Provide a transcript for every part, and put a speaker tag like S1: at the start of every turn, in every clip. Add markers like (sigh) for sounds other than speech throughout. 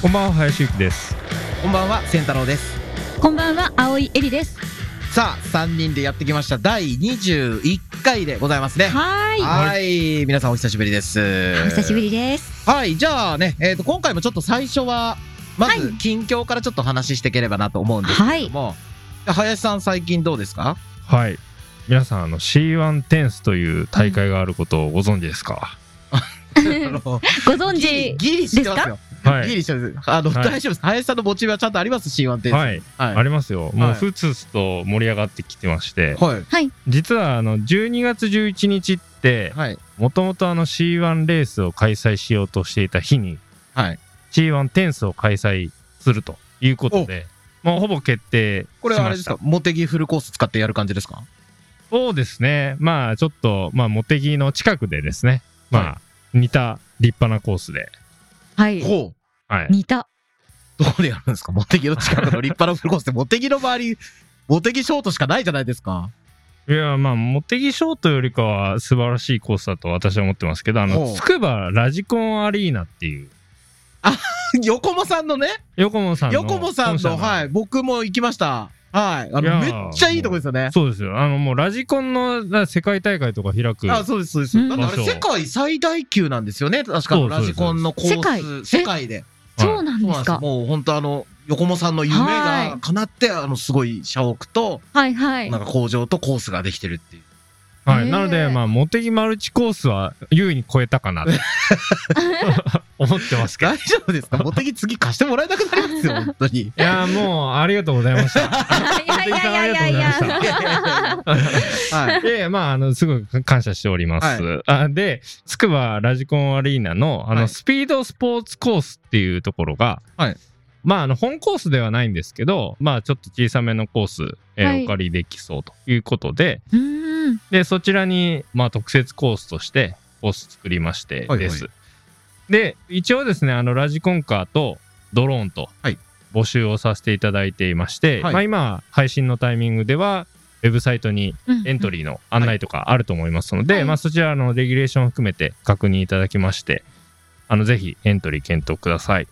S1: こんばんは林幸です
S2: こんばんは、千太郎です。
S3: こんばんは、青井えりです。
S2: さあ、3人でやってきました。第21回でございますね。
S3: はーい。
S2: はい。皆さんお久しぶりです。
S3: お久しぶ
S2: り。
S3: りです。
S2: はい。じゃあね、えっ、と、今回もちょっと最初は、ま
S3: は
S2: ず近況からちょっと話していければなと思うんです
S3: はい
S2: けど。も、林さん最近どうですか
S1: はい皆さんあの C1 テンスという大会があることをご存知ですか、
S3: ご存
S2: ギリ
S3: 知。
S2: ギリしてますよ。
S1: は
S2: ギ
S1: い
S2: リしてます。あの、
S1: はい
S2: 大丈夫です。林さんのモチベはちゃんとあります ?C1 点数。
S1: はい、
S2: はい。
S1: ありますよ、も
S2: は
S1: う
S2: い
S1: ふつふつと盛り上がってきてまして、
S2: はい。
S1: 実はあの12月11日って
S2: はい。
S1: もともとあの C1 レースを開催しようとしていた日に
S2: はい。
S1: C1 テンスを開催するということでもうほぼ決定しました
S2: これはあれですかモテギフルコース使ってやる感じですか
S1: そうですねまあちょっとまあ茂木の近くでですねまあ、似た立派なコースで
S3: はい。
S2: ほう。
S1: はい
S3: 似た。
S2: どこでやるんですかモテギの近くの立派なフルコースって、モテギの周り、モテギショートしかないじゃないですか。
S1: いや、まあ、茂木ショートよりかは素晴らしいコースだと私は思ってますけど、あ
S2: ほ
S1: の、
S2: う
S1: つくばラジコンアリーナっていう、
S2: 横もさんのね、
S1: 横本さんの。
S2: 横もさん
S1: 本社
S2: の、はい、僕も行きました。はい。あ
S1: いや
S2: の、めっ
S1: ー
S2: ちゃいいとこですよね。
S1: そうですよ。あの、もうラジコンのな世界大会とか開く。
S2: あ、そうです、そうです。
S3: うん
S2: だってあれ、世界最大級なんですよね。確か
S1: そう
S2: ラジコンのコース。
S3: そうです
S2: 世界で。
S1: はい
S3: そうなん
S2: そう
S3: で
S2: なんです
S3: すか。
S2: もう本当あの、横もさんの夢
S3: は
S2: が
S3: い
S2: 叶って、あの、すごい社屋と、
S3: はいはい
S2: な。んか工場とコースができてるっていう。
S1: は
S3: へ
S1: い。
S3: え
S1: なので、まあ、茂木マルチコースは優に超えたか
S2: (laughs)
S1: なと (laughs) 思ってますけど。
S2: 大
S1: い
S2: 丈夫ですか (laughs) モテギ次貸してもらえなくなりますよ、本当
S3: (laughs)
S2: に。
S1: や、もう、ありがとうございました。
S3: いやいやいやいやい
S1: ありがとうございま
S3: や。
S2: はい。 (laughs)
S1: で、まあ、あの、すごく感謝しております。あで、つくばラジコンアリーナの、あ
S2: は
S1: の、
S2: い
S1: スピードスポーツコースっていうところが、
S2: はい
S1: まあ、あの、本コースではないんですけど、まあ、ちょっと小さめのコース、えー
S3: はい
S1: お借りできそうということで、
S3: うーん。
S1: で、そちらに、まあ、特設コースとして、コース作りまして
S2: はい
S1: です。
S2: は
S1: で、一応ですね、あの、ラジコンカーとドローンと
S2: はい、
S1: 募集をさせていただいていまして、
S2: はい
S1: まあ、今、配信のタイミングでは、ウェブサイトにエント
S3: リ
S1: リーの案内とかあると思いますので、
S3: はい
S1: まあ、そちらのレギュレーションを含めて確認いただきましてあのぜひエントリー検討ください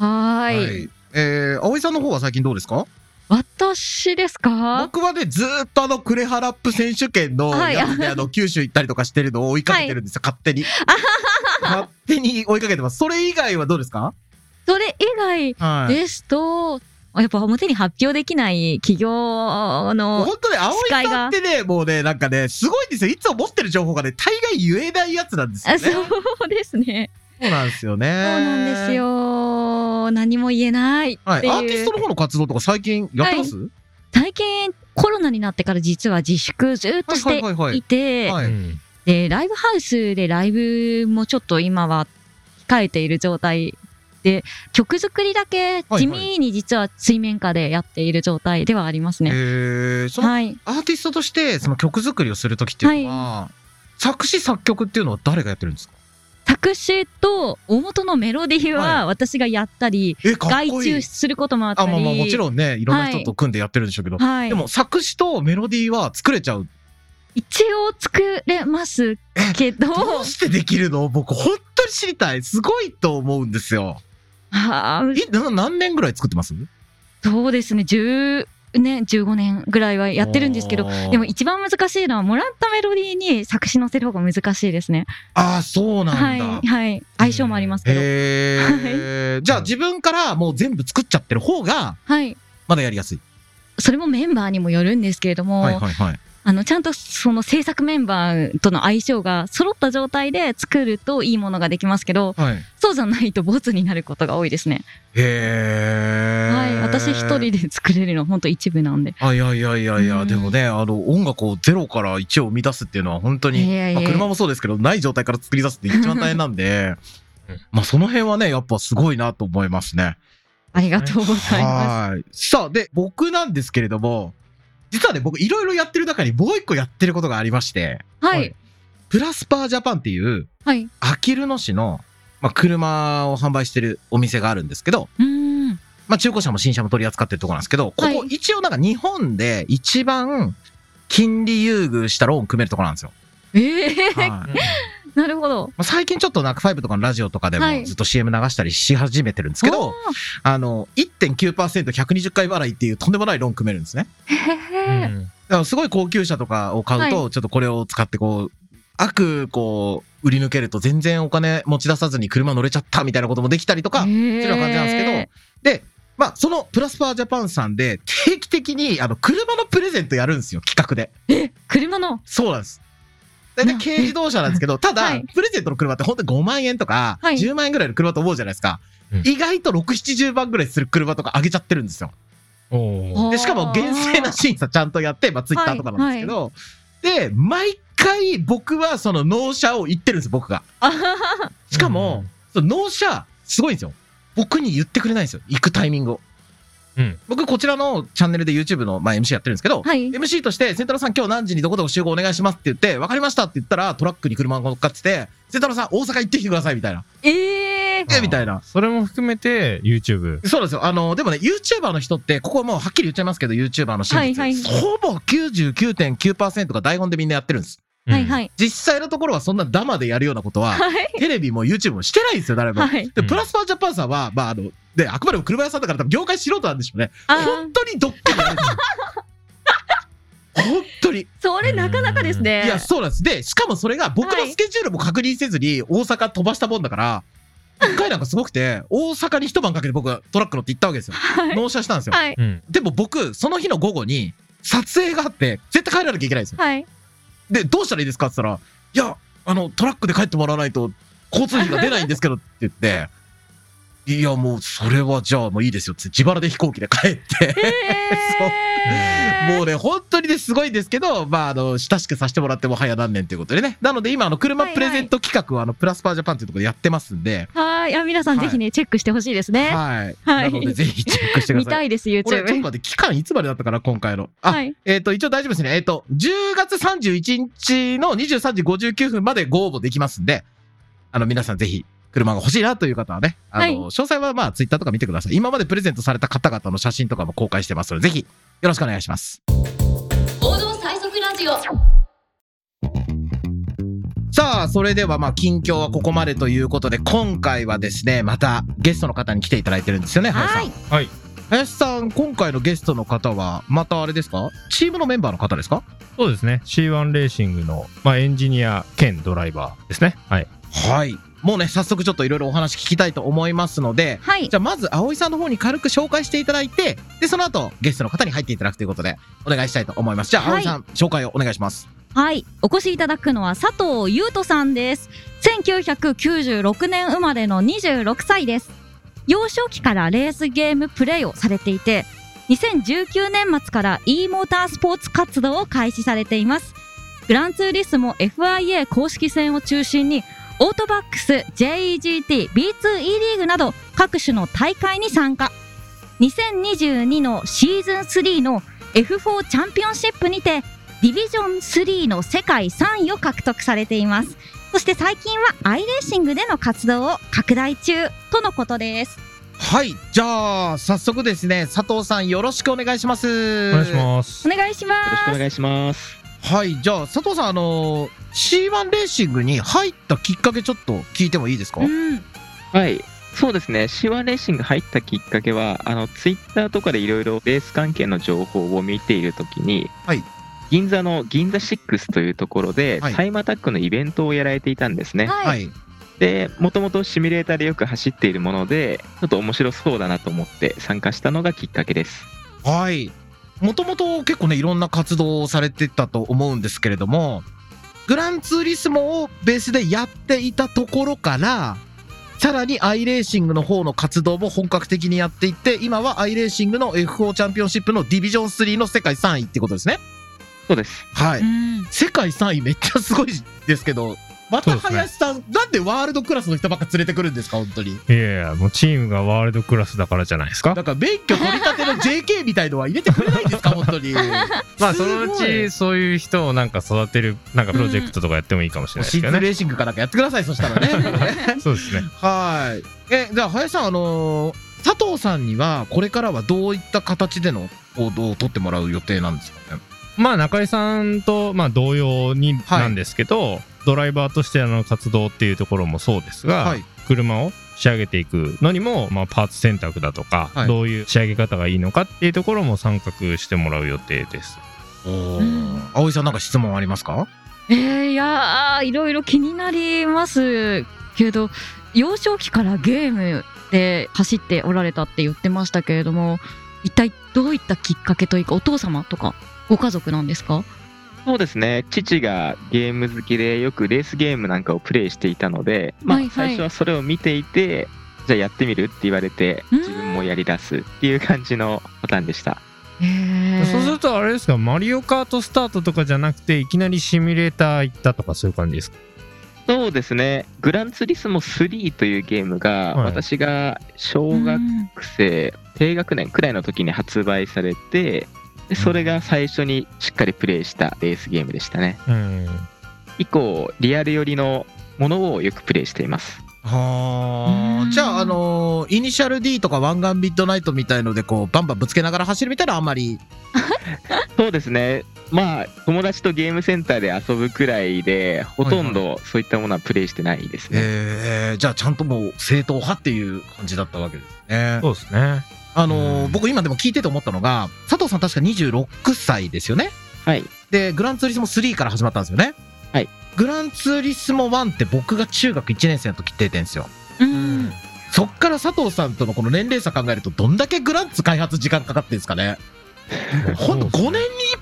S3: ー。は。
S2: はいい。えー、葵さんの方は最近どうですか
S3: 私ですか。
S2: 僕はね、ずーっとあの、クレハラップ選手権の
S3: はい
S2: や
S3: (laughs)
S2: つで、あの、九州行ったりとかしてるのを追いかけてるんですよ、勝手に。勝手に追いかけてます。それ以外はどうですか
S3: それ以外
S2: はい。
S3: ですと。やっぱ表に発表できない企業の。
S2: 本当ね、葵さんってね、もうね、なんかね、すごいんですよ。いつも持ってる情報がね、大概言えないやつなんですよ
S3: あ
S2: ね。
S3: そ
S2: そう
S3: うですね。
S2: うなんですよ
S3: そう
S2: ね。
S3: なんです。よ。何も言えないって
S2: はい。アーティス
S3: いう
S2: ト。の方の活動とか最近やってます
S3: 最近コロナになってから実は自粛ずーっとし
S2: はい
S3: て
S2: はいはい
S3: いて、
S2: はい。
S1: うん
S3: で、ライブハウスでライブもちょっと今は控えている状態で、曲作りだけ
S2: はい
S3: 地味に実は水面下でやっている状態ではあります
S2: え
S3: ね。
S2: ー、その
S3: はい。
S2: アーティストとしてその曲作りをする時っていうのは、作詞作曲っていうのは誰がやってるんですか
S3: 作詞と大元のメロディー
S2: は
S3: は私がやったり、
S2: えかっこ
S3: 外
S2: い
S3: 注
S2: い
S3: することもあった
S2: あ
S3: り。
S2: まあまあもちろんねいろんな人と組んでやってるんでしょうけど、
S3: はい
S2: で。も作詞とメロディーは作れちゃう
S3: 一応作れますけど、
S2: どうしてできるの僕本当に知りたいすごいと思うんですよ
S3: あー
S2: いな何年ぐらい作ってます
S3: そうですね、10年、15年ぐらいはやってるんですけど、でも一番難しいのはもらったメロディーに作詞乗せる方が難しいですね。
S2: ああそうな
S3: は
S2: ん
S3: い
S2: だ、
S3: はい相性もありますけど。
S2: へえ、じゃあ自分からもう全部作っちゃってる方が
S3: はい。
S2: まだやりやすい、
S3: それもメンバーにもよるんですけれども、
S2: はいはいはい
S3: あのちゃんとその制作メンバーとの相性が揃った状態で作るといいものができますけど、
S2: はい
S3: そうじゃないとボツになることが多いですね。
S2: へえ
S3: はい。私一人で作れるの本当一部なんで。
S2: あいやいやいやいや、
S3: うん
S2: でもねあの音楽をゼロから1を生み出すっていうのは本当に、
S3: いやいやいや
S2: まあ車もそうですけどない状態から作り出すって一番大変なんでまあその辺はねやっぱすごいなと思いますね。
S3: ありがとうございま
S2: はいさあで僕なんですけれども実はね僕いろいろやってる中にもう一個やってることがありまして
S3: す。は
S1: はいい。
S2: プラスパージャパンっていう
S3: はい。
S2: あきる野市の、まあ、車を販売してるお店があるんですけど、
S3: うーん。
S2: まあ、中古車も新車も取り扱ってるところなんですけど、こ
S3: はい
S2: こ一応なんか日本で一
S3: (laughs)
S2: 番金利優遇したローン組めるところなんですよ。
S3: ええ
S2: はい
S3: (laughs) なるほど。
S2: まあ、最近ちょっとナックファイブとかのラジオとかでも
S3: はい
S2: ずっと CM 流したりし始めてるんですけど、あの、1.9%120 回払いっていうとんでもないローン組めるんですね。
S1: うん
S2: だ
S3: へえ。
S2: からすごい高級車とかを買うと、ちょっとこれを使ってこう、悪こう、売り抜けると全然お金持ち出さずに車乗れちゃったみたいなこともできたりとか、そう
S3: い
S2: いうような感じなんですけど、で、まあ、そのプラスパージャパンさんで定期的にあの車のプレゼントやるんですよ、企画で。
S3: 車の。
S2: そうなんです。大体
S3: な
S2: 軽自動車なんですけど、ただ、
S3: はい
S2: プレゼントの車って本当に5万円とか、
S3: はい
S2: 10万円ぐらいの車と思うじゃないですか。
S1: うん
S2: 意外と6、70万ぐらいする車とかあげちゃってるんですよ。
S1: おー
S2: で、しかも厳正な審査ちゃんとやって、まあ、ツイッターとかなんですけど、で、毎回僕はその納車を言ってるんです、僕が。
S3: あはは
S2: しかも、その納車、すごいんですよ。僕に言ってくれないんですよ、行くタイミングを。
S1: うん
S2: 僕、こちらのチャンネルで YouTube の、まあ、MC やってるんですけど、
S3: はい。
S2: MC として、センタロさん今日何時にどこどこ集合お願いしますって言って、分かりましたって言ったら、トラックに車が乗っかってて、センタロさん大阪行ってきてくださいみたいな。
S3: ええ。
S2: えみたいな。
S1: それも含めて YouTube
S2: そうなんですよ。あの、でもね、YouTuber の人って、ここはもうはっきり言っちゃいますけど、YouTuber の真実、
S3: はいはい
S2: ほぼ99.9%が台本でみんなやってるんです。
S3: はいはいい。
S2: 実際のところはそんなダマでやるようなことは、
S3: はい。
S2: テレビも YouTube もしてないんですよ、誰も。
S3: はい。
S2: で、
S1: うん
S2: プラスパージャパンさんは、まあ、あの、で、あくまでも車屋さんだから多分業界素人なんでしょうね。
S3: あー
S2: 本当にドッキリやるんですよ本当に。
S3: それなかなかですね。
S2: いや、そうなんです。で、しかもそれが僕のスケジュールも確認せずに大阪飛ばしたもんだから、一回なんかすごくて、大阪に一晩かけて僕トラック乗って行ったわけですよ。
S3: はい。
S2: 納車したんですよ。
S3: はい。
S1: うん
S2: でも僕、その日の午後に撮影があって、絶対帰らなきゃいけないんですよ。 (laughs)
S3: はい。
S2: で、どうしたらいいですかって言ったら、いや、あの、トラックで帰ってもらわないと交通費が出ないんですけどって言って、いや、もう、それはじゃあもういいですよって、自腹で飛行機で帰って。
S3: ええ。
S2: もうね、本当にね、すごいんですけど、まあ、あの、親しくさせてもらってもはや何年ということでね。なので今、あの、車プレゼント企画は、あの、プラスパージャパンというところでやってますんで、
S3: はい。あ、皆さんぜひね、チェックしてほしいですね。
S2: はい。
S3: はい
S2: なので、ぜひチェックしてく
S3: 見
S2: ださ
S3: た
S2: い。
S3: いです、
S2: これ、ちょっと
S3: YouTube。
S2: 待って、期間いつまでだったかな、今回の。あ、
S3: はい。
S2: えっ、と、一応大丈夫ですね。えっ、と、10月31日の23時59分までご応募できますんで、あの、皆さんぜひ、車が欲しいなという方はね、あの、
S3: はい
S2: 詳細はまあ、ツイッターとか見てください。今までプレゼントされた方々の写真とかも公開してますので、ぜひ、よろしくお願いします。
S4: 王道最速ラジオ
S2: さあ、それではまあ、近況はここまでということで、今回はですね、また、ゲストの方に来ていただいてるんですよね、林さ
S3: は
S2: ん。
S3: い。
S2: 林さん、今回のゲストの方は、またあれですかチームのメンバーの方ですか
S1: そうですね C1 レーシングの、まあ、エンジニア兼ドライバーですねはい
S2: はい。もうね、早速ちょっといろいろお話聞きたいと思いますので、
S3: はい
S2: じ。ゃあまず葵さんの方に軽く紹介していただいてでその後ゲストの方に入っていただくということでお願いしたいと思いますじゃあ
S3: は
S2: 葵
S3: い
S2: さん、紹介をお願いします
S3: はい、お越しいただくのは佐藤優斗さんです。1996年生まれの26歳です。幼少期からレースゲームプレイをされていて、2019年末から e モータースポーツ活動を開始されています。グランツーリスモ FIA 公式戦を中心に、オートバックス、JEGT、B2E リーグなど各種の大会に参加。2022のシーズン3の F4 チャンピオンシップにて、ディビジョン3の世界3位を獲得されています。そして最近はアイレーシングでの活動を拡大中とのことです。
S2: はいじゃあ早速ですね佐藤さんよろしくお願いします
S1: お願いします
S3: お願いし
S5: よろしく
S3: ま
S5: お
S3: す。
S5: 願いします。
S2: すはいじゃあ佐藤さんあのー C1 レーシングに入ったきっかけちょっと聞いてもいいですか、
S3: うん、
S5: はい。そうですね。シワレーシング入ったきっかけは、あの、ツイッターとかでいろいろレース関係の情報を見ているときに、
S2: はい
S5: 銀座の銀座6というところで、
S2: はい
S5: タイムアタックのイベントをやられていたんですね。
S3: は。
S2: はいい
S5: で、もともとシミュレーターでよく走っているもので、ちょっと面白そうだなと思って参加したのがきっかけです。
S2: はいもともと結構ねいろんな活動をされてたと思うんですけれどもグランツーリスモをベースでやっていたところからさらにアイレーシングの方の活動も本格的にやっていって今はアイレーシングの F4 チャンピオンシップのディビジョン3の世界3位ってことですね
S5: そうです。
S2: はい、
S3: うん (laughs)
S2: 世界3位めっちゃすごいですけどまた
S1: そうで
S2: 林さん、なんでワールドクラスの人ばっか連れてくるんですか本当に
S1: いやいやもうチームがワールドクラスだからじゃないですか
S2: (laughs) なんか免許取り立ての JK みたいのは入れてくれないんですか本当 (laughs) に
S1: まあそのうちそういう人をなんか育てるなんかプロジェクトとかやってもいいかもしれないです
S2: シ
S1: け
S2: ー
S1: ど
S2: ズンレ
S1: ね、
S2: ーシングかなんかやってくださいそしたら (laughs) ね
S1: そうですね
S2: はいえじゃあ林さんあのー佐藤さんにはこれからはどういった形での行動を取ってもらう予定なんですかね
S1: まあ中井さんとまあ同様に
S2: はい
S1: なんですけど、ドライバーとしての活動っていうところもそうですが、
S2: はい
S1: 車を仕上げていくのにも、まあ、パーツ選択だとか、
S2: はい
S1: どういう仕上げ方がいいのかっていうところも参画してもらう予定です。
S2: お
S3: うん
S2: ー葵さんなんか質問ありますか
S3: えー、いやーいろいろ気になりますけど幼少期からゲームで走っておられたって言ってましたけれども一体どういったきっかけというかお父様とかご家族なんですか
S5: そうですね父がゲーム好きでよくレースゲームなんかをプレイしていたので、ま
S3: はい
S5: あ、
S3: はい
S5: 最初はそれを見ていて、じゃあやってみるって言われて
S3: うん
S5: 自分もやりだすっていう感じのパターンでした
S3: へー
S1: そうするとあれですかマリオカートスタートとかじゃなくていきなりシミュレーター行ったとかそういう感じですか
S5: そうですね「グランツーリスモ3」というゲームが
S1: はい
S5: 私が小
S3: う
S5: 学
S3: ん
S5: 生低学年くらいの時に発売されてでそれが最初にしっかりプレイしたレースゲームでしたね
S1: うん
S5: 以降リアル寄りのものをよくプレイしています
S2: は
S3: うん
S2: あじゃああのーイニシャル D とか湾岸ミッドナイトみたいのでこうバンバンぶつけながら走るみたいなあんまり
S5: そうですねまあ友達とゲームセンターで遊ぶくらいでほとんどそういったものはプレイしてないですね、
S2: えー、じゃあちゃんともう正統派っていう感じだったわけですね
S1: そうですね
S2: あのー
S1: うん
S2: 僕今でも聞いてて思ったのが佐藤さん確か26歳ですよね
S5: はい
S2: でグランツーリスモ3から始まったんですよね
S5: はい
S2: グランツーリスモ1って僕が中学1年生の時出てんですよ
S3: うん
S2: そっから佐藤さんとのこの年齢差考えるとどんだけグランツ開発時間かかってんですかねほんと5年に1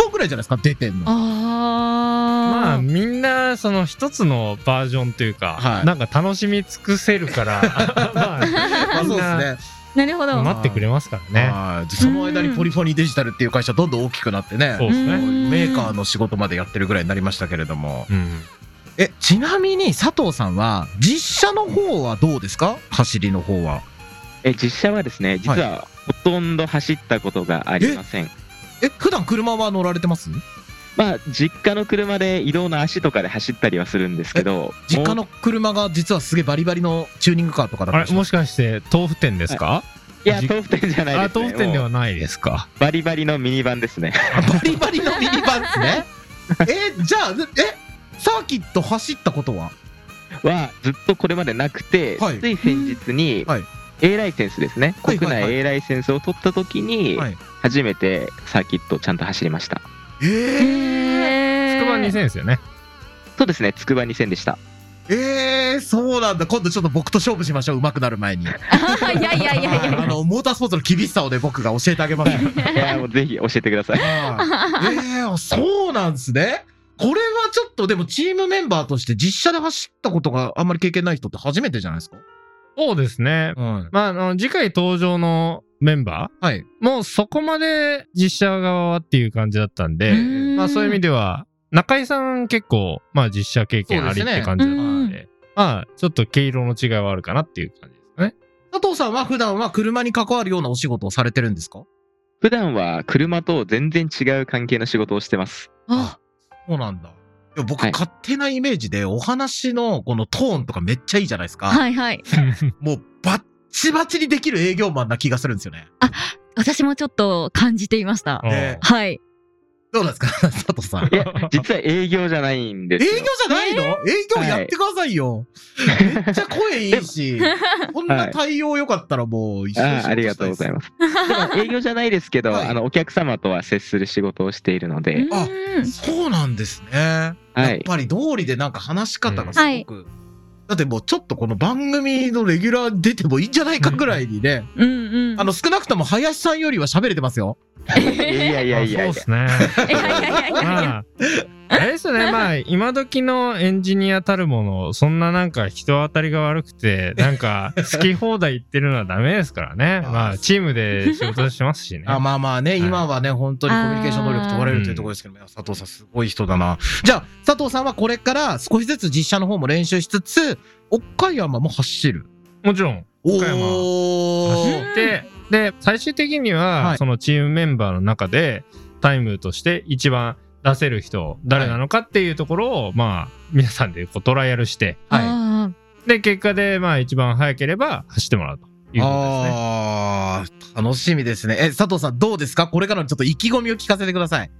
S2: 本ぐらいじゃないですか出てんの
S1: まあ
S3: あー、
S1: みんなその一つのバージョンというか、
S2: はい
S1: なんか楽しみ尽くせるから (laughs) まあみんな
S2: す
S3: なるほど
S1: 待ってくれますからね。
S2: はいでその間にポリフォニーデジタルっていう会社どんどん大きくなってね
S1: そうですね
S3: うん
S2: メーカーの仕事までやってるぐらいになりましたけれども
S1: うん
S2: えちなみに佐藤さんは実写の方はどうですか走りの方は
S5: え実写はですね実はほとんど走ったことがありません
S2: え普段車は乗られてます
S5: まあ実家の車で移動の足とかで走ったりはするんですけど
S2: 実家の車が実はすげえバリバリのチューニングカーとかだった
S1: あ
S2: り
S1: れ
S2: しま
S1: も
S2: す
S1: しかして豆腐店ですか、
S5: いや
S1: じ
S5: 豆腐店じゃない
S1: あ
S5: ですね
S1: 豆腐店で
S5: も
S1: はないですか
S5: うバリバリのミニバンですね (laughs)
S2: バリバリのミニバンですねえじゃあえサーキット走ったことは
S5: はずっとこれまでなくて、
S2: はい
S5: つい先日に
S2: はい
S5: A ライセンスですね、
S2: はい
S5: 国
S2: はい
S5: 内
S2: はい
S5: A ライセンスを取った時に、
S2: はい
S5: 初めてサーキットをちゃんと走りました
S3: へ
S2: え
S1: 筑波
S3: ー
S1: 2000ですよね。
S5: そうですね筑波2000でした
S2: ー、えー、そうなんだ今度ちょっと僕と勝負しましょう上手くなる前に
S3: (laughs) いやいやいやいや
S2: あのモータースポーツの厳しさをね僕が教えてあげ (laughs) ますよ
S5: いやもうぜひ教えてください (laughs)
S2: はいえー、そうなんですねこれはちょっとでもチームメンバーとして実車で走ったことがあんまり経験ない人って初めてじゃないですか
S1: そうですね。
S2: はい、
S1: まあ、あの次回登場のメンバ
S2: はい、
S1: ーもうそこまで実写側はっていう感じだったんで、
S3: うん
S1: まあ、そういう意味では中井さん結構、まあ、実写経験ありって感じだったんでまあちょっと毛色の違いはあるかなっていう感じですかね。
S2: 佐藤さんは普段は車に関わるようなお仕事をされてるんですか
S5: 普段は車と全然違う関係の仕事をし
S2: (laughs)
S5: てます
S3: あ
S2: そうなんだ。いや僕、
S5: はい
S2: 勝手なイメージで、お話のこのトーンとかめっちゃいいじゃないですか。
S3: はいはい
S2: もう、バッチバチにできる営業マンな気がするんですよね。
S3: 私もちょっと感じていました
S2: ね
S3: はい
S2: どうなんですか (laughs) 佐藤さん。
S5: いや実は営業じゃないんで
S2: 営
S5: す
S2: 業
S5: よ
S2: じゃないの、営業やってくださいよ。めっちゃ声いいし、こんな対応良かったらもう一緒に
S5: ああありがとうござい
S2: ま
S5: ますでも営業じゃないですけど、
S2: はい
S5: あのお客様とは接する仕事をしているので、
S3: うん
S2: あそうなんですね。
S5: は
S2: やっ (laughs)
S5: い
S2: ぱり通りでなんか話し方がす
S3: うんは
S2: ご
S3: い
S2: く、だってもうちょっとこの番組のレギュラー出てもいいんじゃないかぐらいにね、
S3: うんうん
S2: あの少なくとも林さんよりは喋れてますよ。
S5: いやいやいやい
S1: あそ
S5: や
S1: うですね。
S3: いやいやい
S1: (laughs)
S3: やいや
S1: まああれですよね、まあ、今時のエンジニアたるもの、そんななんか人当たりが悪くて、なんか好き放題言ってるのはダメですからね。
S2: (laughs) あー
S1: まあ、チームで仕事してますしね。
S2: あまあまあね、今はね、本当にコミュニケーション能力問われるというところですけど、いや佐藤さん、すごい人だな。じゃあ、佐藤さんはこれから少しずつ実写の方も練習しつつ、岡山も走る。
S1: もちろん、岡山
S2: お
S1: 走
S2: ー
S1: っ。て、で、最終的に
S2: は
S1: は、
S2: い
S1: そのチームメンバーの中で、タイムとして一番出せる人、誰なのかっていうところを、まあ、皆さんでこうトライアルして、
S2: はい。
S3: あ
S1: で、結果で、まあ、一番早ければ走ってもらうということですね。
S2: あー楽しみですね。え、佐藤さん、どうですかこれからのちょっと意気込みを聞かせてください。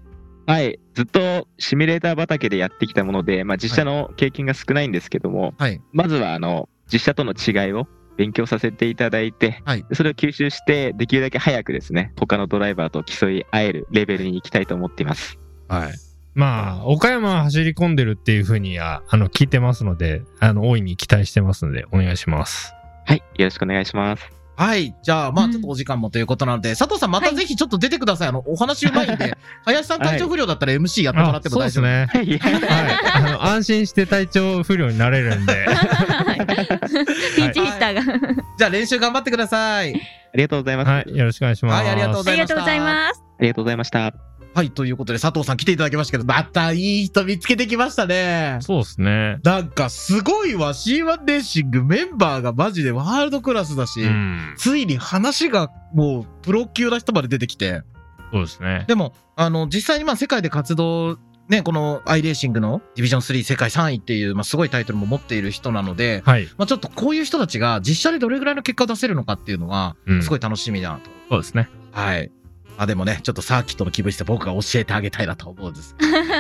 S5: はい、ずっとシミュレーター畑でやってきたもので、まあ、実写の経験が少ないんですけども、
S2: はい
S5: まずはあの実写との違いを勉強させていただいて、
S2: はい
S5: それを吸収してできるだけ早くですね他のドライバーと競い合えるレベルに行きたいと思っています。
S2: はい。
S1: まあ、岡山走り込んでるっていうふうには、あの、聞いてますので、あの、大いに期待してますので、お願いします。
S5: はい、よろしくお願いします。
S2: はい。じゃあ、ま
S3: う
S2: あ、
S3: ん
S2: ちょっとお時間もということなので、佐藤さん、ま
S3: は
S2: た
S3: い
S2: ぜひちょっと出てください。あの、お話うまいんで、林さん会長不良だったら MC やってもら
S1: あ
S2: っても
S1: そうで
S2: 大
S1: す
S2: 丈夫。
S1: ね。
S5: はい、 (laughs)
S1: はい。
S2: (laughs)
S1: あの、安心して体調不良になれるんで。 (laughs)
S3: ピンチヒッターが。
S2: じゃあ、練習頑張ってください。
S5: ありがとうございます。
S1: はい。よろしくお願いします。
S2: はいありがとうございます
S3: ありがとうございます。
S5: ありがとうございました。
S2: はい。ということで、佐藤さん来ていただきましたけど、またいい人見つけてきましたね。
S1: そうですね。
S2: なんか、すごいわ。C1 レーシングメンバーがマジでワールドクラスだし、
S1: うん。
S2: ついに話がもうプロ級な人まで出てきて。
S1: そうですね。
S2: でも、あの、実際にまあ世界で活動、ね、このアイレーシングのディビジョン3世界3位っていう、まあすごいタイトルも持っている人なので、
S1: はい。
S2: まあちょっとこういう人たちが実写でどれぐらいの結果を出せるのかっていうのは、
S1: うん
S2: すごい楽しみだなと。
S1: そうですね。
S2: はい。まあでもね、ちょっとサーキットの気分して僕が教えてあげたいなと思う
S1: (laughs)
S2: んです。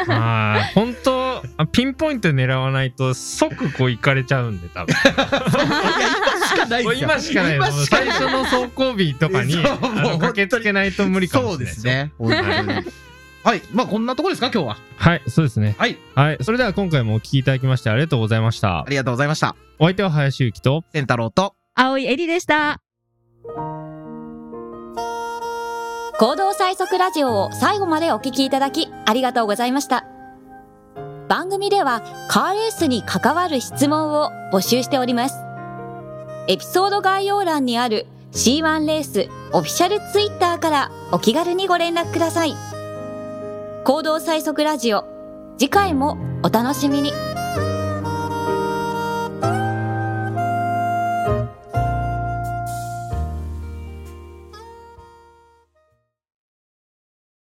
S1: ああ、本当あピンポイント狙わないと、即こう行かれちゃうんで、多分。
S2: 今しか (laughs) ない
S1: もう今しかない。
S2: 今しか
S1: 最初の走行日とかに、
S2: (laughs) そうもう
S1: あの駆けつけないと無理かもしれない。
S2: そうです。ね。本
S1: (laughs)
S2: 当にはい。まあこんなところですか、今日は。
S1: はい、そうですね。
S2: はい。
S1: はい。それでは今回もお聞きいただきましてありがとうございました
S2: あ。りがとうございました。
S1: お相手は林幸と、
S2: 千太郎と、
S3: 青いエリでした。
S4: 行動最速ラジオを最後までお聞きいただきありがとうございました。番組ではカーレースに関わる質問を募集しております。エピソード概要欄にある C1 レースオフィシャルツイッターからお気軽にご連絡ください。行動最速ラジオ、次回もお楽しみに。